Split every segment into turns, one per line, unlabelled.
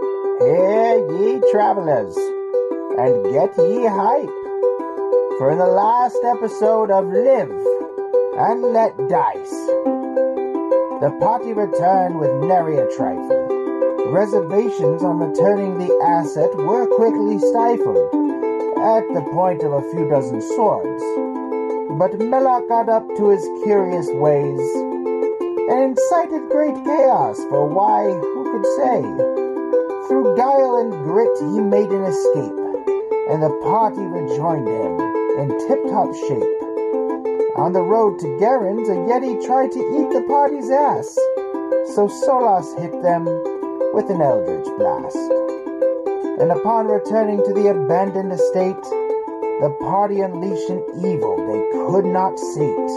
Hear ye travelers, and get ye hype for the last episode of Live and Let Dice. The party returned with nary a trifle. Reservations on returning the asset were quickly stifled at the point of a few dozen swords. But Melloc got up to his curious ways and incited great chaos for why, who could say? Through guile and grit, he made an escape, and the party rejoined him in tip top shape. On the road to Garen's, a Yeti tried to eat the party's ass, so Solas hit them with an eldritch blast. And upon returning to the abandoned estate, the party unleashed an evil they could not sate.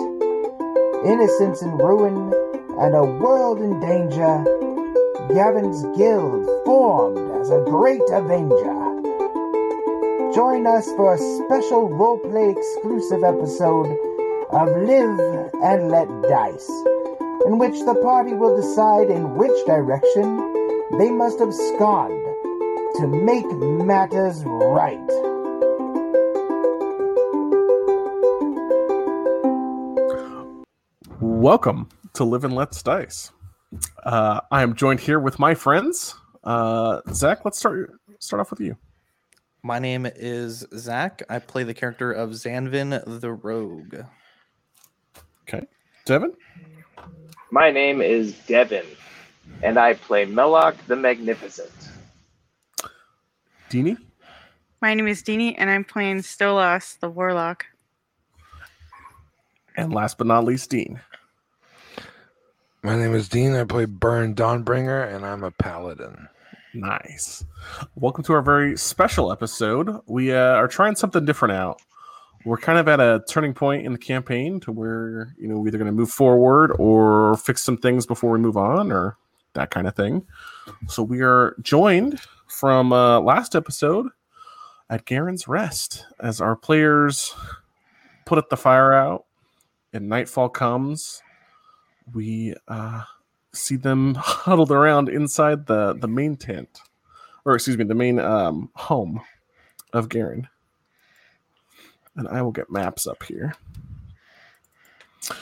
Innocence in ruin, and a world in danger. Gavin's Guild formed as a great Avenger. Join us for a special roleplay exclusive episode of Live and Let Dice, in which the party will decide in which direction they must abscond to make matters right.
Welcome to Live and Let's Dice. Uh, I am joined here with my friends. Uh, Zach, let's start start off with you.
My name is Zach. I play the character of Zanvin the Rogue.
Okay, Devin.
My name is Devin, and I play Melloc the Magnificent.
Deanie.
My name is Dini, and I'm playing Stolas, the Warlock.
And last but not least, Dean.
My name is Dean. I play Burn Dawnbringer, and I'm a paladin.
Nice. Welcome to our very special episode. We uh, are trying something different out. We're kind of at a turning point in the campaign to where you know we're either going to move forward or fix some things before we move on, or that kind of thing. So we are joined from uh, last episode at Garen's Rest as our players put at the fire out, and nightfall comes. We uh, see them huddled around inside the the main tent, or excuse me, the main um, home of Garen. And I will get maps up here.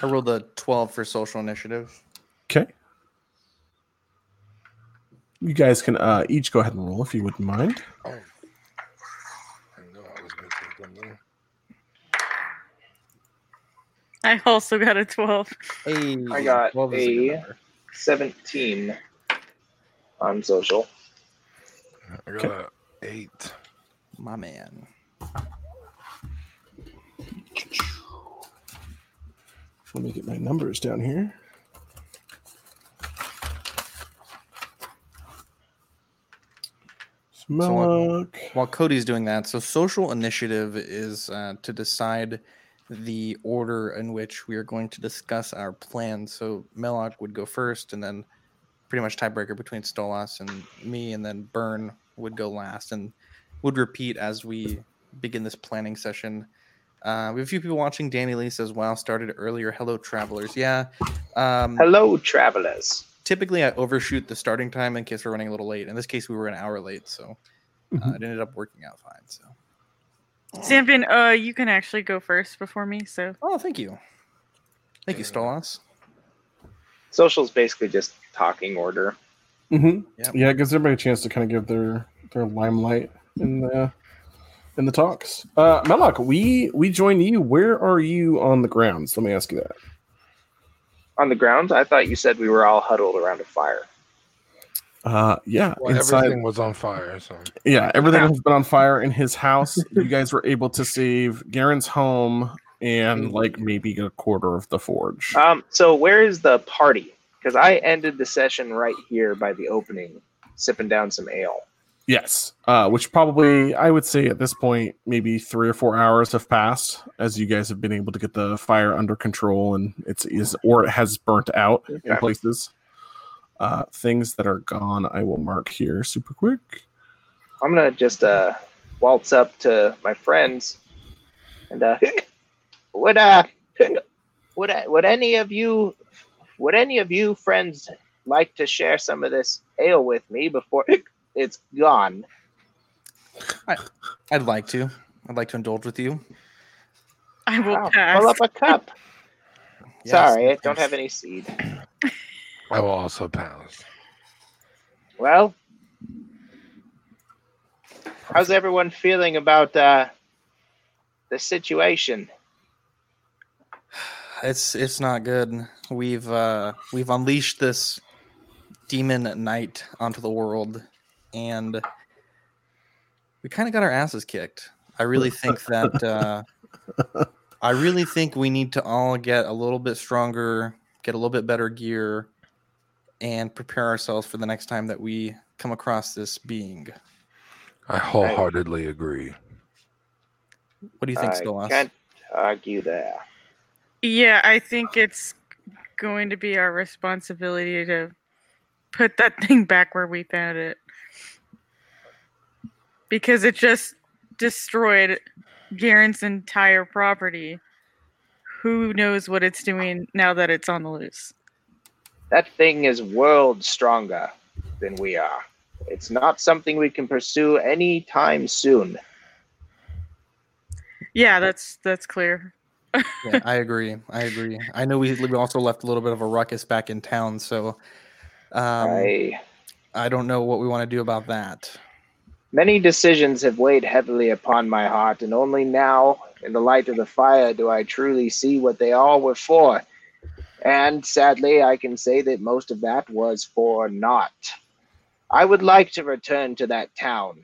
I rolled a 12 for social initiative.
Okay. You guys can uh, each go ahead and roll if you wouldn't mind.
Oh, I know I was missing something.
I also got a 12.
Hey,
I got
12 is a good
a-
number.
17 on social.
I got a eight.
My man.
Let me get my numbers down here. Smellock.
While Cody's doing that, so social initiative is uh, to decide the order in which we are going to discuss our plans. So Melloc would go first, and then pretty much tiebreaker between Stolas and me, and then Burn would go last and would repeat as we begin this planning session. Uh, we have a few people watching. Danny Lee says, "Wow, started earlier. Hello, travelers. Yeah, um,
Hello, travelers.
typically I overshoot the starting time in case we're running a little late. In this case, we were an hour late, so uh,
Mhm.
it ended up working out fine. So,
Oh.
Zampin, uh, you can actually go first before me, so.
oh, thank you, thank you,
Yeah.
Stolas.
Social's basically just talking order.
Mm-hmm.
Yep.
Yeah, it gives everybody a chance to kind of give their their limelight in the in the talks. Uh, Melloc, we we join you. Where are you on the grounds? Let me ask you that.
On the ground, I thought you said we were all huddled around a fire.
Uh, yeah,
Well,
inside.
everything was on fire, so
Yeah, everything has been on fire in his house. you guys were able to save Garen's home and like maybe a quarter of the forge.
Um, so where is the party? Because I ended the session right here by the opening, sipping down some ale.
Yes, uh, which probably I would say at this point maybe three or four hours have passed as you guys have been able to get the fire under control and it's is or it has burnt out in
Okay.
places. Uh, things that are gone, I will mark here super quick.
I'm gonna just uh, waltz up to my friends and uh, would uh would I, would any of you would any of you friends like to share some of this ale with me before it's gone.
I'd like to. I'd like to indulge with you.
I will
Wow,
pass.
Oh, Pull up a cup.
Yes,
Sorry, I don't
thanks.
have any seed.
I will also pass.
Well, how's everyone feeling about uh, the situation?
It's it's not good. We've uh we've unleashed this demon knight onto the world and we kind of got our asses kicked. I really think that uh I really think we need to all get a little bit stronger, get a little bit better gear and prepare ourselves for the next time that we come across this being.
I wholeheartedly agree.
What do you think,
I
Skolas?
can't argue there.
Yeah, I think it's going to be our responsibility to put that thing back where we found it. Because it just destroyed Garen's entire property. Who knows what it's doing now that it's on the loose?
That thing is world stronger than we are. It's not something we can pursue anytime soon.
Yeah, that's that's clear.
yeah, I agree. I agree. I know we, we also left a little bit of a ruckus back in town, so um,
I,
I don't know what we want to do about that.
many decisions have weighed heavily upon my heart, and only now, in the light of the fire, do I truly see what they all were for. And sadly, I can say that most of that was for naught. I would like to return to that town.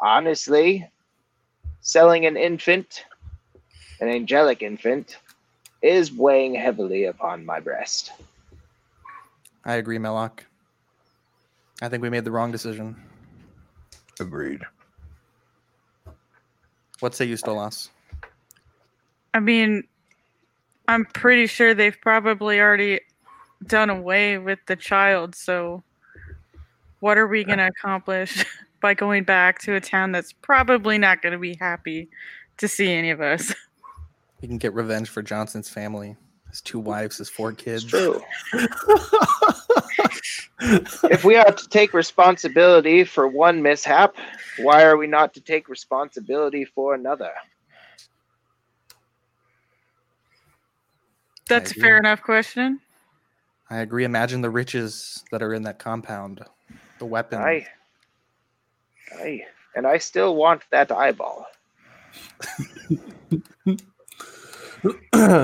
Honestly, selling an infant, an angelic infant, is weighing heavily upon my breast.
I agree, Melok. I think we made the wrong decision.
Agreed.
What say you, Stolas?
I mean, I'm pretty sure they've probably already done away with the child, so what are we going to accomplish by going back to a town that's probably not going to be happy to see any of us?
We can get revenge for Johnson's family. His two wives, his four kids.
It's true. if we are to take responsibility for one mishap, why are we not to take responsibility for another?
That's a
agree.
fair enough question.
I agree. Imagine the riches that are in that compound, the weapon.
I, I, and I still want that eyeball.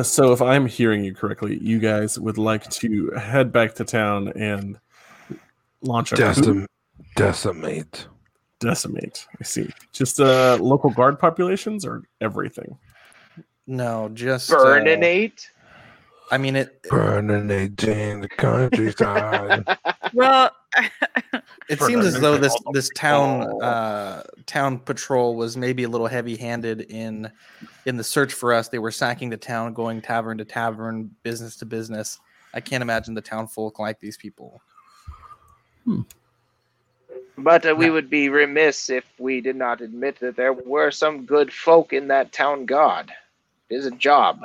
so if I'm hearing you correctly, you guys would like to head back to town and launch a coup?
Decim- decimate.
decimate. I see. Just uh, local guard populations or everything.
No, just uh,
Burninate?
I mean, it.
Burninate in the countryside.
Well,
It
For
seems as
everything,
though this
all the
this town
people.
uh, town patrol was maybe a little heavy handed in in the search for us. They were sacking the town, going tavern to tavern, business to business. I can't imagine the town folk like these people.
But uh, we would be remiss if we did not admit that there were some good folk in that town guard. It is a job.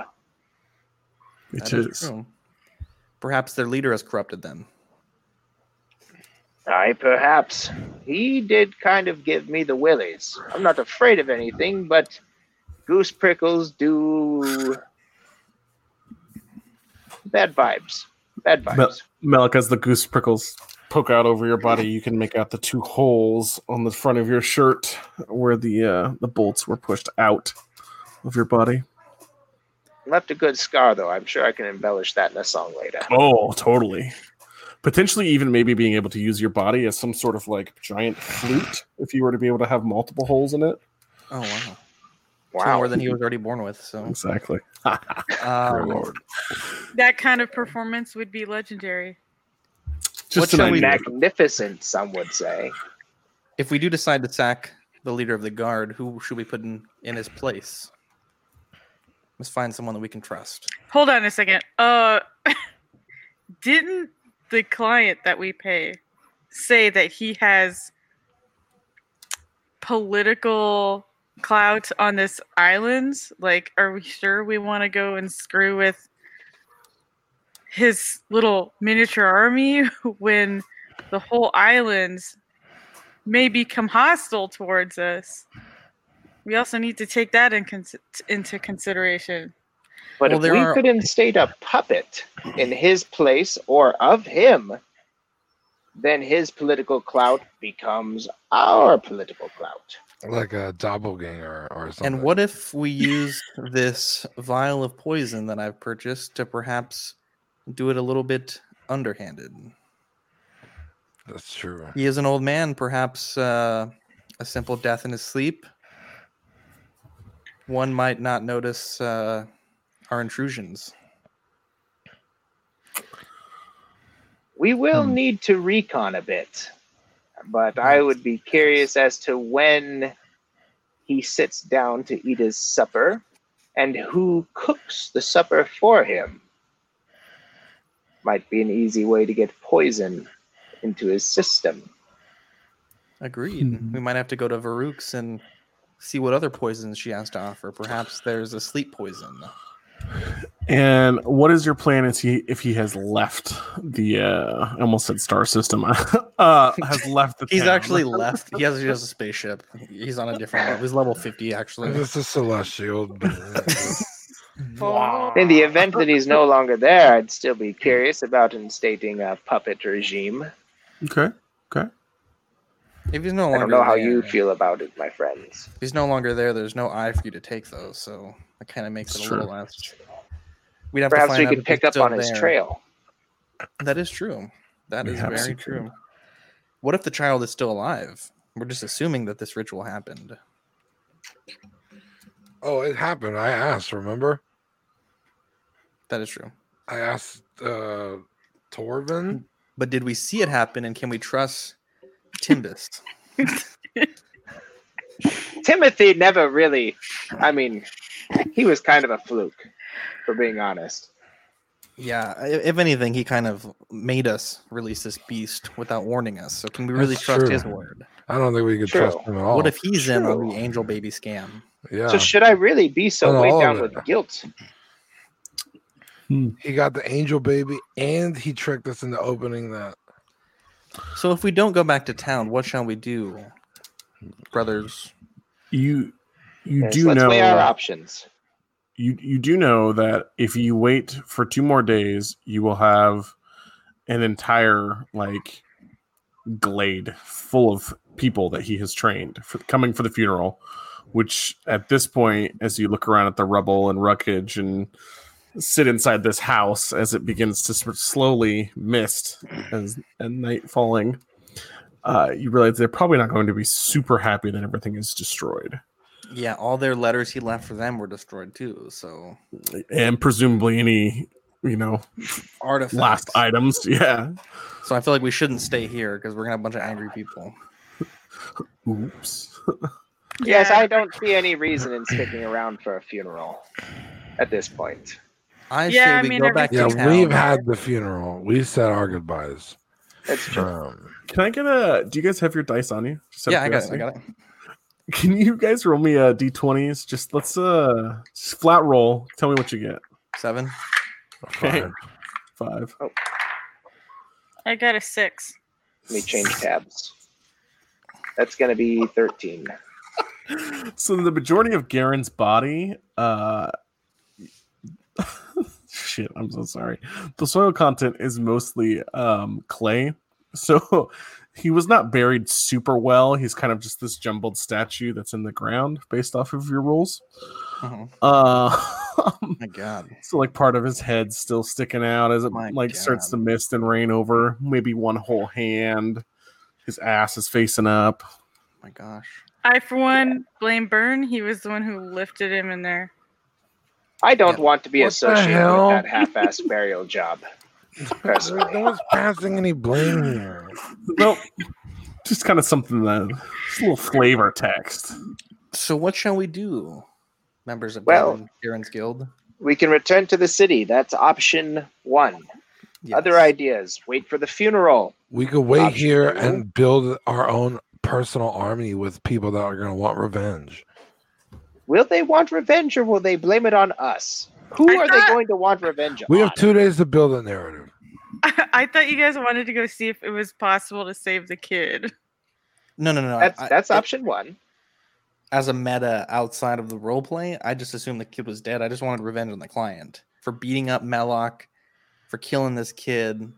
It
That is
is.
true. Perhaps their leader has corrupted them.
I perhaps. He did kind of give me the willies. I'm not afraid of anything, but goose prickles do bad vibes. Bad vibes.
But- Malik, as the goose prickles poke out over your body, you can make out the two holes on the front of your shirt where the uh, the bolts were pushed out of your body.
Left a good scar though. I'm sure I can embellish that in a song later.
Oh, totally. Potentially, even maybe being able to use your body as some sort of like giant flute if you were to be able to have multiple holes in it.
Oh wow! Two
Wow.
more than he was already born with. So
Exactly.
Dear
um,
Lord. that
that kind of performance would be legendary.
Just
What
an
shall we-
idea.
Magnificent, some would say.
if we do decide to sack the leader of the guard, who should we put in in his place? Let's find someone that we can trust.
Hold on a second. Uh, didn't the client that we pay say that he has political clout on this island? Like, are we sure we want to go and screw with his little miniature army when the whole island may become hostile towards us. We also need to take that in cons- into consideration.
But
Well,
if
there
we
are-
could instate a puppet in his place or of him, then his political clout becomes our political clout.
like a doppelganger or something.
And what if we use this vial of poison that I've purchased to perhaps do it a little bit underhanded?
That's true.
He is an old man, perhaps uh, a simple death in his sleep. One might not notice uh, our intrusions.
We will
Hmm.
need to recon a bit, but I would be curious as to when he sits down to eat his supper and who cooks the supper for him. Might be an easy way to get poison into his system.
Agreed. We might have to go to Varuk's and see what other poisons she has to offer. Perhaps there's a sleep poison.
And what is your plan if he if he has left the uh I almost said star system uh has left the
He's
town?
actually left. He has, he has a spaceship. He's on a different level. He's level 50, actually.
This is celestial. being.
In the event that he's no longer there, I'd still be curious about instating a puppet regime.
Okay.
If he's no
I
longer
don't know how
there,
you feel about it, my friends.
If he's no longer there, there's no eye for you to take those, so that kind of makes it a
Sure.
little less. We'd have to
Perhaps
find
we
out
could
if he's
pick up
still
on his
there.
trail.
That is true. That is
Perhaps
very
you could.
true. What if the child is still alive? We're just assuming that this ritual happened.
oh, it happened. I asked. Remember,
That is true.
I asked uh, Torvin.
But did we see it happen, and can we trust Timbus?
Timothy never really, I mean, he was kind of a fluke, for being honest.
yeah, i- if anything, he kind of made us release this beast without warning us. So can we really
That's
trust
true. Oh,
his word?
I don't think we could trust
True.
him at all.
what if he's in on
true.
the angel baby scam?
yeah,
So should I really be so
Not all
weighed
of
down
it.
with guilt?
he got the angel baby, and he tricked us into opening that.
So if we don't go back to town, what shall we do, brothers?
You you
Yes,
do
let's
know
weigh our options.
you you do know that if you wait for two more days, you will have an entire like glade full of people that he has trained for coming for the funeral. Which at this point, as you look around at the rubble and wreckage and sit inside this house as it begins to sort of slowly mist as and night falling, uh, you realize they're probably not going to be super happy that everything is destroyed.
Yeah, all their letters he left for them were destroyed too. So
And presumably any, you know,
artifacts.
last items. Yeah.
So I feel like we shouldn't stay here because we're gonna have a bunch of angry people.
Oops.
Yes,
Yeah.
I don't see any reason in sticking around for a funeral at this point.
I
Yeah,
say
I
we
mean,
go back
Yeah,
to town.
we've had the funeral. We said our goodbyes.
That's true.
Um,
Can I get a? Do you guys have your dice on you? Just out of
yeah, I got it. I
curiosity.
got it.
Can you guys roll me a d20s? Just let's uh just flat roll. Tell me what you get.
Seven.
Okay.
fine.
Five.
I got a six.
Let me change tabs. That's going to be 13.
So the majority of Garen's body, uh, shit. I'm so sorry. The soil content is mostly um clay. So he was not buried super well. He's kind of just this jumbled statue that's in the ground based off of your rules.
Mhm.
Uh,
My God.
So like part of his head still sticking out as it
My
like starts to
God.
mist and rain over. Maybe one whole hand. His ass is facing up.
My gosh.
I, for one, blame Byrne. He was the one who lifted him in there.
I don't
Yeah.
want to be
What the
associated
hell?
with that half ass burial job. Personally.
no one's passing any blame here.
Nope. just kind of something that just a little flavor text.
So what shall we do, members of
Well-
Baron- Baron's Guild?
We can return to the city. That's option one. Other
Yes.
ideas wait for the funeral.
We could wait
Option
here
two.
and build our own personal army with people that are going to want revenge.
Will they want revenge or will they blame it on us? Who
I
are
thought-
they going to want revenge
We
on?
have two days to build a narrative.
I thought you guys wanted to go see if it was possible to save the kid.
No, no, no.
That's
I-
that's
I-
option one.
as a meta outside of the role play, I just assumed the kid was dead. I just wanted revenge on the client for beating up Melloc, for killing this kid.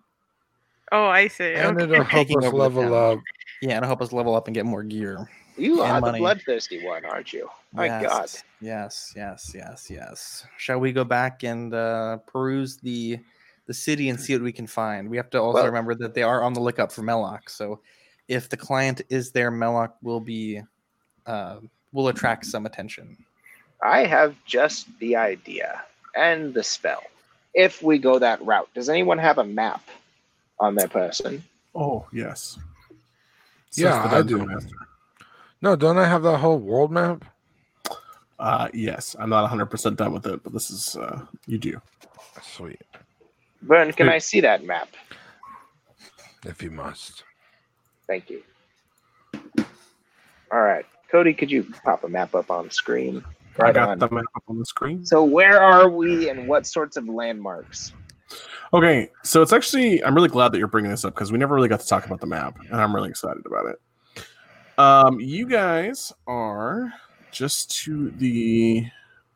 Oh, I see.
And
Okay.
it'll help
Taking
us
over the
level
town.
up.
Yeah, and help us level up and get more gear.
You
And
are
money.
the bloodthirsty one, aren't you? My
yes,
God.
Yes, yes, yes, yes. Shall we go back and uh, peruse the the city and see what we can find? We have to also
Well-
remember that they are on the lookout for Melloc. So if the client is there, Melloc will be uh, will attract some attention.
I have just the idea and the spell. If we go that route, does anyone have a map on their person?
Oh yes.
Yeah,
the
I
Dungeon
do.
Master.
No, don't I have that whole world map?
Uh, yes, I'm not 100 percent done with it, but this is uh, you do.
Sweet,
Vern, can
Hmm.
I see that map?
if you must.
Thank you. All right. Cody, could you pop a map up on screen?
I
Right
got
on.
the map up on the screen.
So where are we and what sorts of landmarks?
Okay, so it's actually I'm really glad that you're bringing this up because we never really got to talk about the map, and I'm really excited about it. Um, you guys are just to the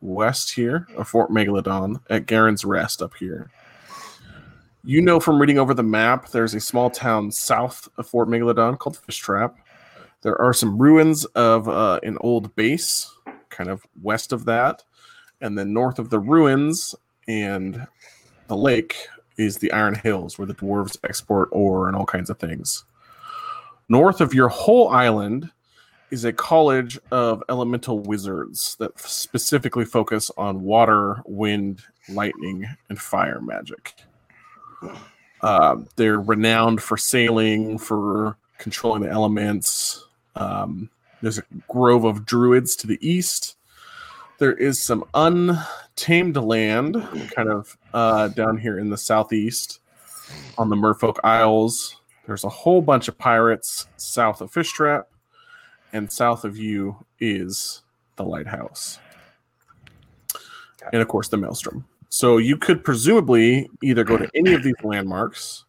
west here of Fort Megalodon at Garen's Rest up here. You know from reading over the map, there's a small town south of Fort Megalodon called Fish Trap. There are some ruins of uh, an old base, kind of west of that, and then north of the ruins and the lake is the Iron Hills, where the dwarves export ore and all kinds of things. North of your whole island is a college of elemental wizards that specifically focus on water, wind, lightning, and fire magic. Um, they're renowned for sailing, for controlling the elements. Um, there's a grove of druids to the east. There is some untamed land kind of uh, down here in the southeast on the Merfolk Isles. There's a whole bunch of pirates south of Fish Trap, and south of you is the lighthouse. And of course, the maelstrom. So you could presumably either go to any of these landmarks,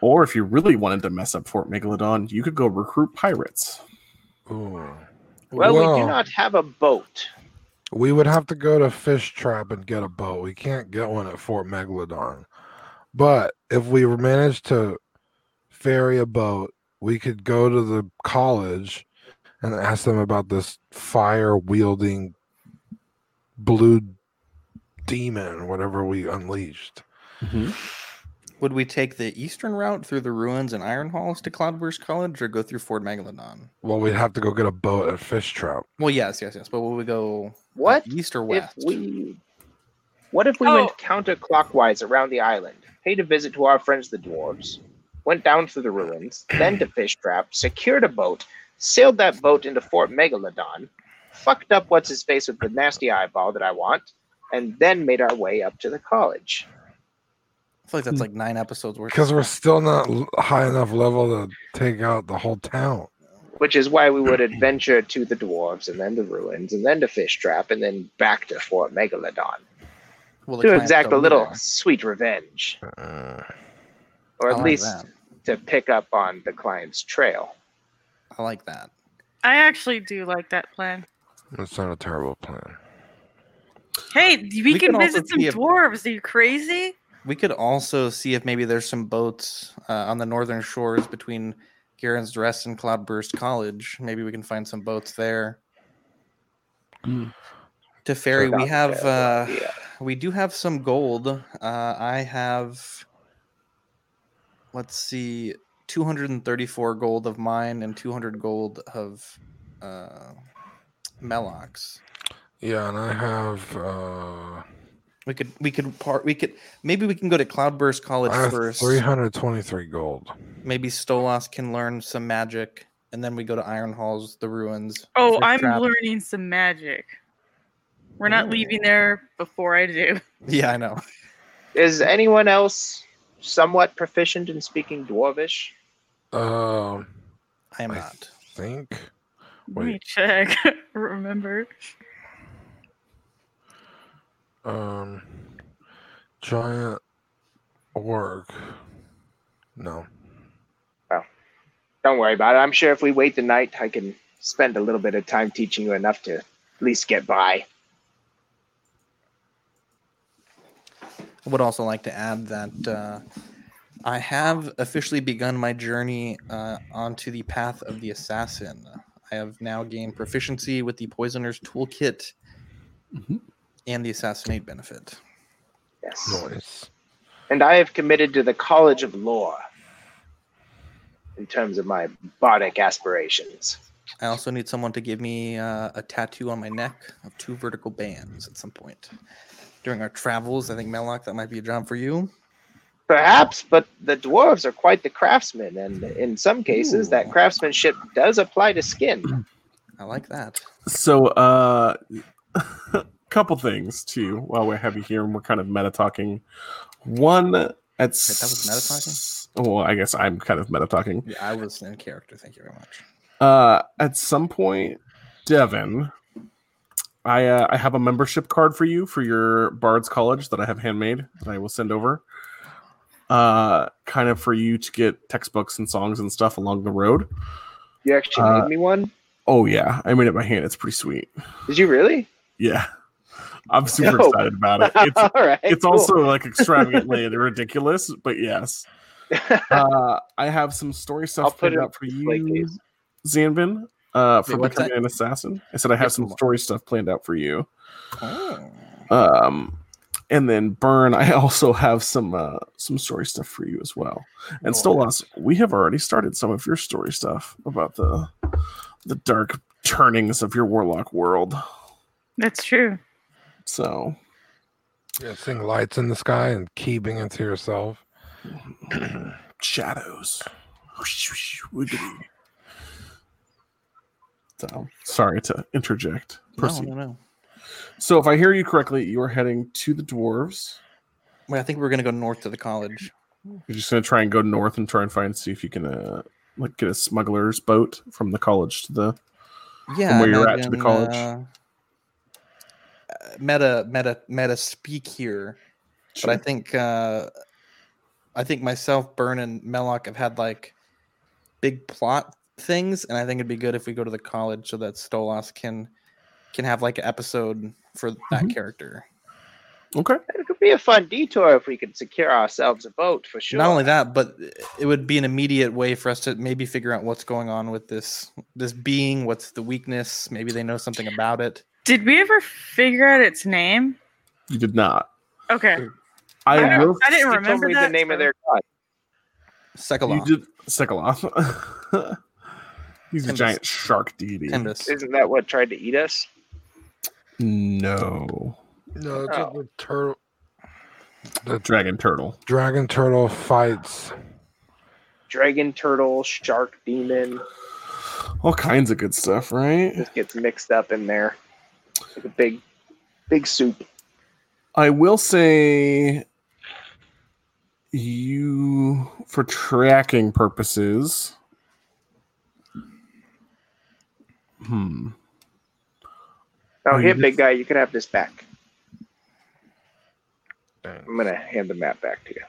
or if you really wanted to mess up Fort Megalodon, you could go recruit pirates.
Ooh.
Well, we
Well,
do not have a boat.
We would have to go to Fish Trap and get a boat. We can't get one at Fort Megalodon. But if we manage to ferry a boat, we could go to the college and ask them about this fire wielding blue demon, whatever we unleashed.
Would we take the eastern route through the ruins and iron halls to Cloudburst College or go through Ford Megalodon?
Well, we'd have to go get a boat at Fish Trap.
Well, yes, yes, yes. But will we go
What
east or
if
west?
we what if we went
Oh.
counterclockwise around the island paid a visit to our friends the dwarves went down through the ruins then to fish trap secured a boat sailed that boat into fort megalodon fucked up what's his face with the nasty eyeball that i want and then made our way up to the college
I feel like that's like nine episodes worth.
Hmm. Because we're still not l- high enough level to take out the whole town.
which is why we would adventure to the dwarves and then the ruins and then to fish trap and then back to fort megalodon
Will the
to
client
exact a
go
little
there?
sweet revenge
Uh,
or
I
at
like
least
that.
to pick up on the client's trail.
I like that.
I actually do like that plan.
that's not a terrible plan.
Hey, we,
We
can,
can also
visit some
be a-
dwarves. Are you crazy?
We could also see if maybe there's some boats uh, on the northern shores between Garen's Rest and Cloudburst College. Maybe we can find some boats there.
Hmm.
Mm.
To ferry, we
Not a
have uh,
terrible idea.
we do have some gold. Uh, I have, let's see, 234 gold of mine and 200 gold of uh, Meloc's.
Yeah, and I have uh,
We could, we could part, we could, maybe we can go to Cloudburst College
I have
first.
323 gold.
Maybe Stolas can learn some magic, and then we go to Iron Halls, the ruins.
Oh,
Fish
I'm
Trap.
learning some magic. We're not leaving there before I do.
Yeah, I know.
Is anyone else somewhat proficient in speaking Dwarvish?
Um,
I am
I
not.
think.
Let me
Wait.
check. Remember.
Um, giant orc. No.
Don't worry about it. I'm sure if we wait the night, I can spend a little bit of time teaching you enough to at least get by.
I would also like to add that uh, I have officially begun my journey uh, onto the path of the assassin. I have now gained proficiency with the poisoner's toolkit
Mhm.
and the assassinate benefit.
Yes.
Nice.
And I have committed to the College of Law in terms of my bardic aspirations.
I also need someone to give me uh, a tattoo on my neck of two vertical bands at some point. During our travels, I think Mellock, that might be a job for you.
Perhaps, but the dwarves are quite the craftsmen, and in some cases, that craftsmanship does apply to skin.
I like that.
So, uh, couple things too. While we're heavy here and we're kind of meta talking, one at that
was meta talking?
Well, I guess I'm kind of meta talking.
Yeah, I was in character. Thank you very much.
Uh, at some point, Devin, I uh, I have a membership card for you for your Bard's College that I have handmade that I will send over. Uh, kind of for you to get textbooks and songs and stuff along the road.
You actually
Uh,
made me one?
Oh yeah, I made it by hand. It's pretty sweet.
Did you really?
Yeah, I'm super
No.
excited about it. It's
All right.
it's
cool.
also like extravagantly and ridiculous, but yes. Uh, I have some story stuff
I'll put
planned
it
out for
display
you,
case.
Zanvin, uh, for
Wait, what's
becoming an assassin. I said I have
Yes,
some
Lamar.
story stuff planned out for you.
Oh.
Um, and then Burn, I also have some uh, some story stuff for you as well. And Stolas, we have already started some of your story stuff about the the dark turnings of your warlock world.
That's true.
So
Yeah, seeing lights in the sky and keeping it to yourself.
shadows. So, sorry to interject.
No,
Proceed.
no, no.
So, if I hear you correctly, you are heading to the dwarves.
Wait, I think we're going to go north to the college.
You're just going to try and go north and try and find see if you can uh, like get a smuggler's boat from the college to the.
Yeah.
where
and
you're
I
at to the
can,
college.
uh, uh, meta, meta, meta speak here. but I think uh, I think myself, Burn, and Mellock have had like big plot things, and I think it'd be good if we go to the college so that Stolas can can have like an episode for
Mm-hmm.
that character.
okay.
It could be a fun detour if we could secure ourselves a boat for sure.
Not only that, but it would be an immediate way for us to maybe figure out what's going on with this this being, what's the weakness, maybe they know something about it.
Did we ever figure out its name?
You did not.
Okay.
I,
I don't-
will.
I didn't
You told
remember
me
that,
the name
so-
of their god.
You
Sekaloth,
did Sekaloth. He's a
Timbus.
giant shark deity.
Timbus.
Isn't that what tried to eat us?
No,
No, it's
Oh.
like the turtle. The
dragon turtle.
dragon turtle fights.
Dragon turtle, shark demon.
All kinds of good stuff, right?
This gets mixed up in there. Like a big, big soup.
I will say you for tracking purposes. Hmm.
Oh,
Oh, you
here,
just-
big guy, you can have this back. I'm gonna hand the map back to you.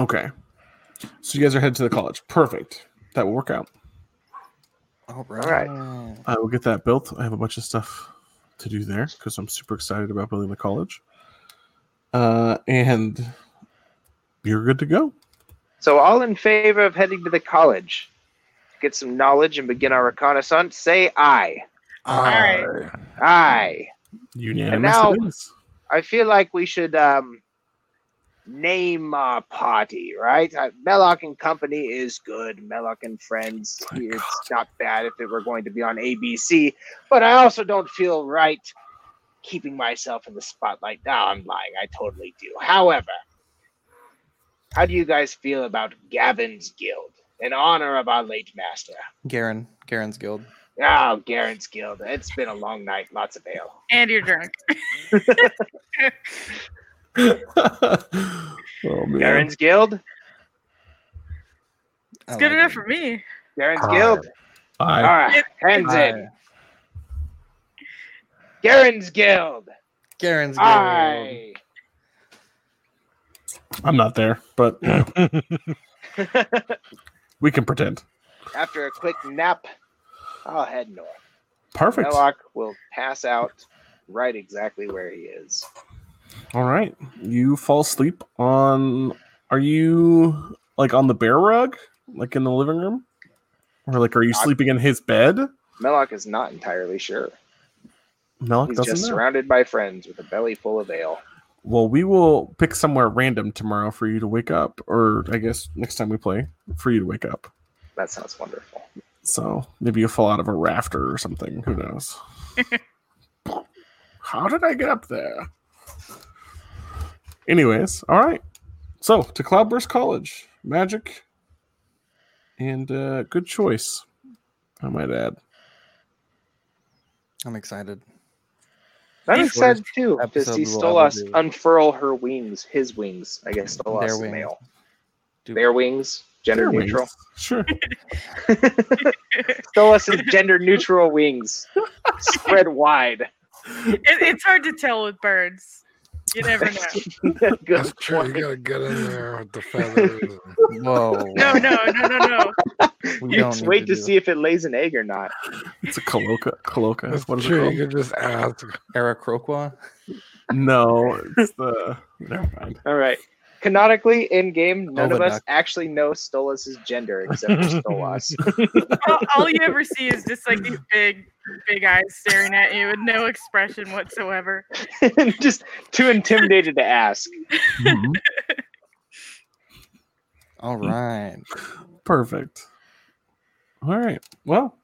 Okay. So you guys are headed to the college. Perfect. That will work out.
All
right.
right.
I will get that built. I have a bunch of stuff to do there because I'm super excited about building the college. Uh, and you're good to go.
So, all in favor of heading to the college, get some knowledge and begin our reconnaissance. Say aye,
Alright.
Aye.
aye.
Unanimous.
now-
it is.
I feel like we should um, name our party, right? Uh, Mellock and Company is good. Mellock and Friends,
Oh My
it's
God.
not bad if it were going to be on ABC, but I also don't feel right keeping myself in the spotlight. No, I'm lying. I totally do. However, how do you guys feel about Gavin's Guild in honor of our late master?
Garen, Garen's guild.
Oh, Garen's Guild. It's been a long night. Lots of ale.
And you're drunk.
oh man.
Garen's Guild?
I
It's
like
good enough
it.
for me.
Garen's
Uh,
Aye.
Guild?
I-
All right. Hands in.
Aye.
Garen's Guild.
Garen's guild.
Aye.
I'm not there, but we can pretend.
After a quick nap, I'll head north.
Perfect.
Melloc will pass out right exactly where he is.
All right. You fall asleep on. Are you like on the bear rug, like in the living room, or like are you
I-
sleeping in his bed?
Melloc is not entirely sure.
Melloc
He's
doesn't
just
know.
surrounded by friends with a belly full of ale.
Well, we will pick somewhere random tomorrow for you to wake up, or I guess next time we play for you to wake up.
That sounds wonderful.
So maybe you fall out of a rafter or something. Who knows? How did I get up there? Anyways, all right. So to Cloudburst College, magic, and uh, good choice. I might add.
I'm excited.
I'm
Each
excited too because
episode
he
will
stole
ever
us
do.
unfurl her wings, his wings. I guess stole
Their
us
wings.
male.
Do-
Their wings, gender
Fair wings.
neutral.
Sure.
stole us his gender neutral wings, spread wide.
It, it's hard to tell with birds. You never know.
That's
Good
true. You
point.
gotta get in there with the feathers. and-
Whoa.
No, no, no, no, no.
We
You
don't
just
need
wait
to
to
do
see if it lays an egg or not.
It's a coloca. Coloca.
That's
What is
true.
it
You could just ask.
Aracroqua.
called? No, it's the. Never mind.
All right. Canonically, in game, none of us
Oviduct.
actually know Stolas' gender except for Stolas.
All, all you ever see is just like these big, big eyes staring at you with no expression whatsoever.
just too intimidated to ask.
Mm-hmm.
Mhm.
All right.
Perfect. All right. Well,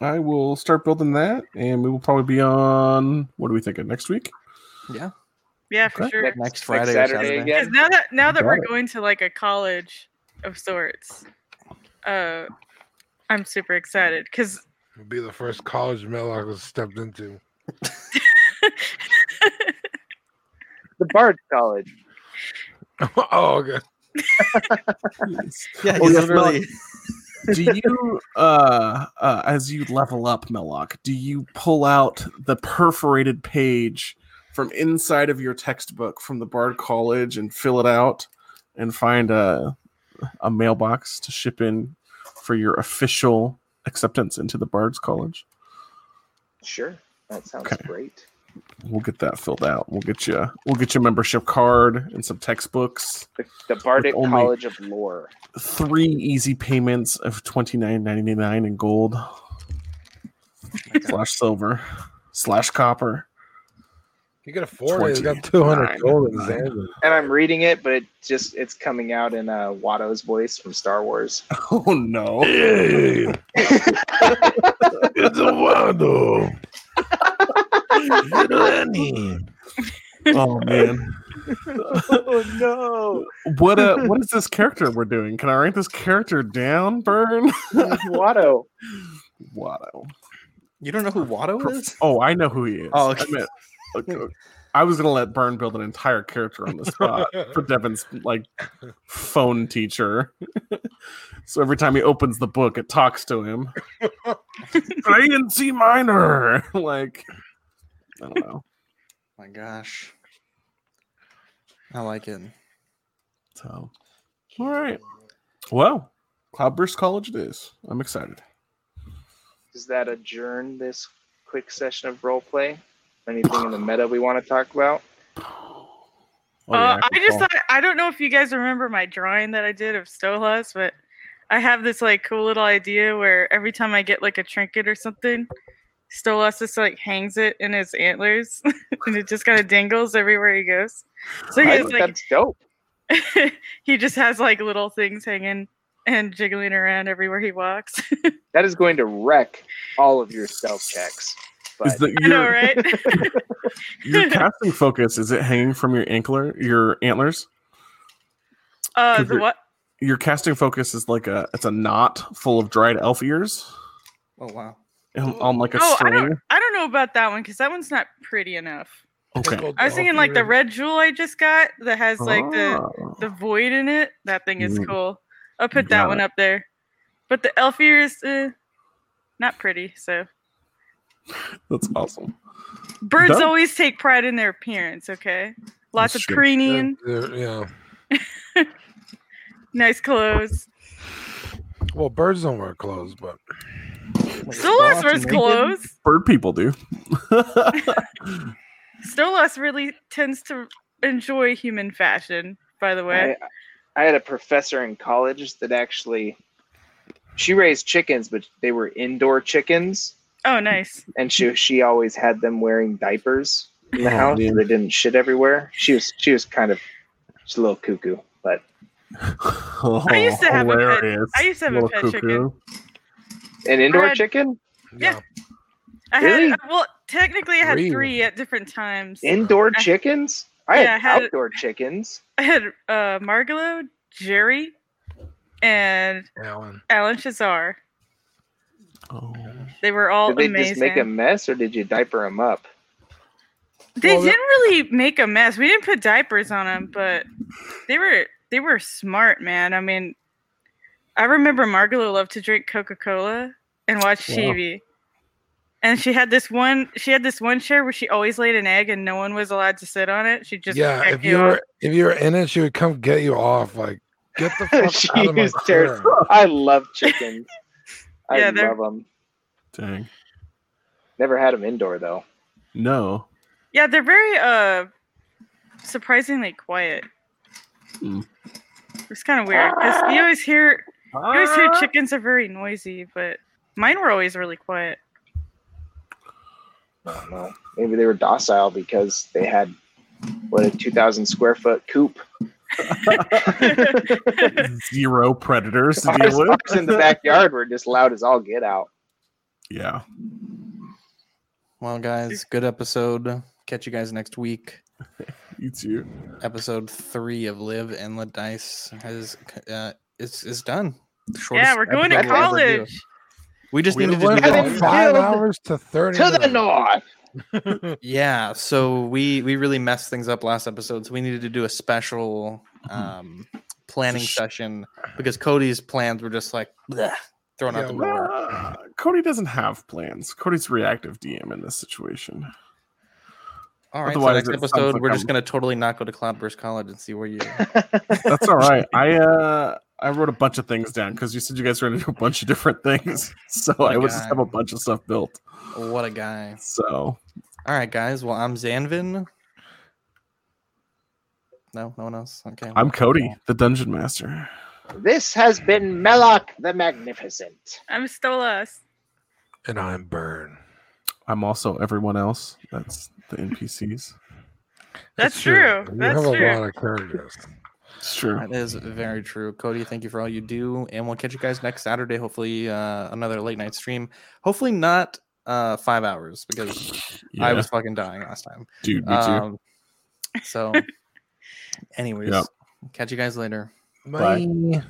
I will start building that, and we will probably be on. What are we thinking next week?
Yeah.
Yeah, for
Okay.
sure.
Next-
Next Friday.
Next
or
Saturday
Saturday.
again?
Because now that now that
Got
we're
it.
going to like a college of sorts, uh, I'm super excited because
It'd be the first college Melloc was stepped into.
The Bard College.
oh, okay.
Yes.
Yeah,
Oh,
you
yeah,
literally.
do you, uh, uh, as you level up, Melloc, do you pull out the perforated page from inside of your textbook from the Bard College and fill it out and find a a mailbox to ship in for your official acceptance into the Bard's College?
Sure. That sounds
Okay.
great.
we'll get that filled out. We'll get you we'll get you a membership card and some textbooks.
The, the Bardic
only-
College of Lore.
Three easy payments of twenty nine ninety nine in gold slash silver slash copper.
You can afford it. You got
29.
200 gold in Xander.
And I'm reading it, but it just it's coming out in uh, Watto's voice from Star Wars.
Oh no.
it's a Wando.
Oh man.
oh no!
What uh what is this character we're doing? Can I write this character down, Burn?
Watto.
Watto.
You don't know who Watto
Pro-
is?
Oh, I know who he is.
Oh, okay.
I, meant- okay. I was gonna let Burn build an entire character on the spot for Devin's like phone teacher. so every time he opens the book, it talks to him. Play in C minor. like I don't know.
my gosh. I like it.
So all right. Well, Cloudburst College it is. I'm excited.
Does that adjourn this quick session of roleplay? Anything in the meta we want to talk about?
Oh,
uh, I
good
just
call.
thought, I don't know if you guys remember my drawing that I did of Stolas, but I have this like cool little idea where every time I get like a trinket or something, Stolas just like hangs it in his antlers and it just kind of dangles everywhere he goes. So
I
he's
think
like,
that's dope.
he just has like little things hanging and jiggling around everywhere he walks.
That is going to wreck all of your stealth checks.
is
But
that
I know,
your,
right?
your casting focus is it hanging from your ankler your antlers?
uh,
Could
the
be-
what?
your casting focus is like a it's a knot full of dried elf ears
Oh wow.
on, on like a
Oh, I
string.
don't, I don't know about that one because that one's not pretty enough.
Okay.
I was thinking like the red jewel I just got that has like the
Ah.
the void in it. That thing is
Mm.
cool. I'll put
Got
that one
it.
up there. But the elf ears, eh, not pretty. So
That's awesome.
birds
Done.
always take pride in their appearance. Okay, lots
That's
of
true.
preening,
Yeah.
nice clothes.
Well, birds don't wear clothes, but
Stolas wears clothes.
Bird people do.
Stolas really tends to enjoy human fashion, by the way.
I, I had a professor in college that actually she raised chickens, but they were indoor chickens,
oh, nice.
and she she always had them wearing diapers in the house so they didn't shit everywhere. She was she was kind of just a little cuckoo, but
I used to have a pet-
Hilarious.
I used to have a
Little
pet chicken.
an indoor
had-
chicken,
Yeah.
yeah.
I
Really?
had well, technically I had
Three.
three at different times.
indoor
I-
chickens. I
Yeah, I
had
had-
outdoor chickens.
I had uh, Margalo, Jerry, and
Alan.
Alan Shazar.
Oh.
They were all
Did they
amazing.
just make a mess, or did you diaper them up?
They
Well, that-
didn't really make a mess. We didn't put diapers on them, but they were they were smart, man. I mean, I remember Margalo loved to drink Coca Cola and watch
Wow.
TV, and she had this one. She had this one chair where she always laid an egg, and no one was allowed to sit on it. She just
yeah,
checked
if you
off.
were if you were in it, she would come get you off. Like, get the
She
fuck out of my
used her-
chair.
I love chickens. I
Yeah,
love
they're-
love them.
Dang.
Never had them indoor though.
No.
Yeah, they're very uh surprisingly quiet.
Hmm.
It's kind of weird because you always hear you always hear chickens are very noisy, but mine were always really quiet.
I don't know. Maybe they were docile because they had what a two thousand square foot coop.
Zero predators to
Ours,
deal with.
ours in the backyard were just loud as all get out.
Yeah.
Well, guys, good episode. Catch you guys next week.
You too.
Episode three of Live and Let Dice has uh, is is done. The
yeah,
shortest
we're going to
episode we'll ever do.
college.
We just
We
need to
went
just
do
from
it.
move on.
five
Yeah.
hours to thirty.
To the
minutes.
north.
Yeah, so we we really messed things up last episode, so we needed to do a special um planning
Mm-hmm. sh-
session because Cody's plans were just like bleh, thrown out
Yeah,
the
well-
door.
Ah, Cody doesn't have plans. Cody's reactive DM in this situation.
All right, so
otherwise
next
it sounds
episode
like
we're just
I'm-
gonna totally not go to Cloudburst College and see where you.
That's all right. I uh I wrote a bunch of things down because you said you guys were gonna do a bunch of different things. So I would just
Oh God. Oh
have a bunch of stuff built.
what a guy!
So
All right, guys. Well, I'm Zanvin. No, no one else. Okay,
I'm Cody, the dungeon master.
This has been Melok the Magnificent.
I'm Stolas.
And I'm Burn.
I'm also everyone else. That's the NPCs.
That's true.
You
That's
have
true.
a lot of characters.
It's true.
That is very true. Cody, thank you for all you do. And we'll catch you guys next Saturday. Hopefully, uh, another late night stream. Hopefully, not uh, five hours because
Yeah,
I was fucking dying last time.
dude, me too.
Um, so, anyways,
Yep.
catch you guys later.
Bye.
Bye.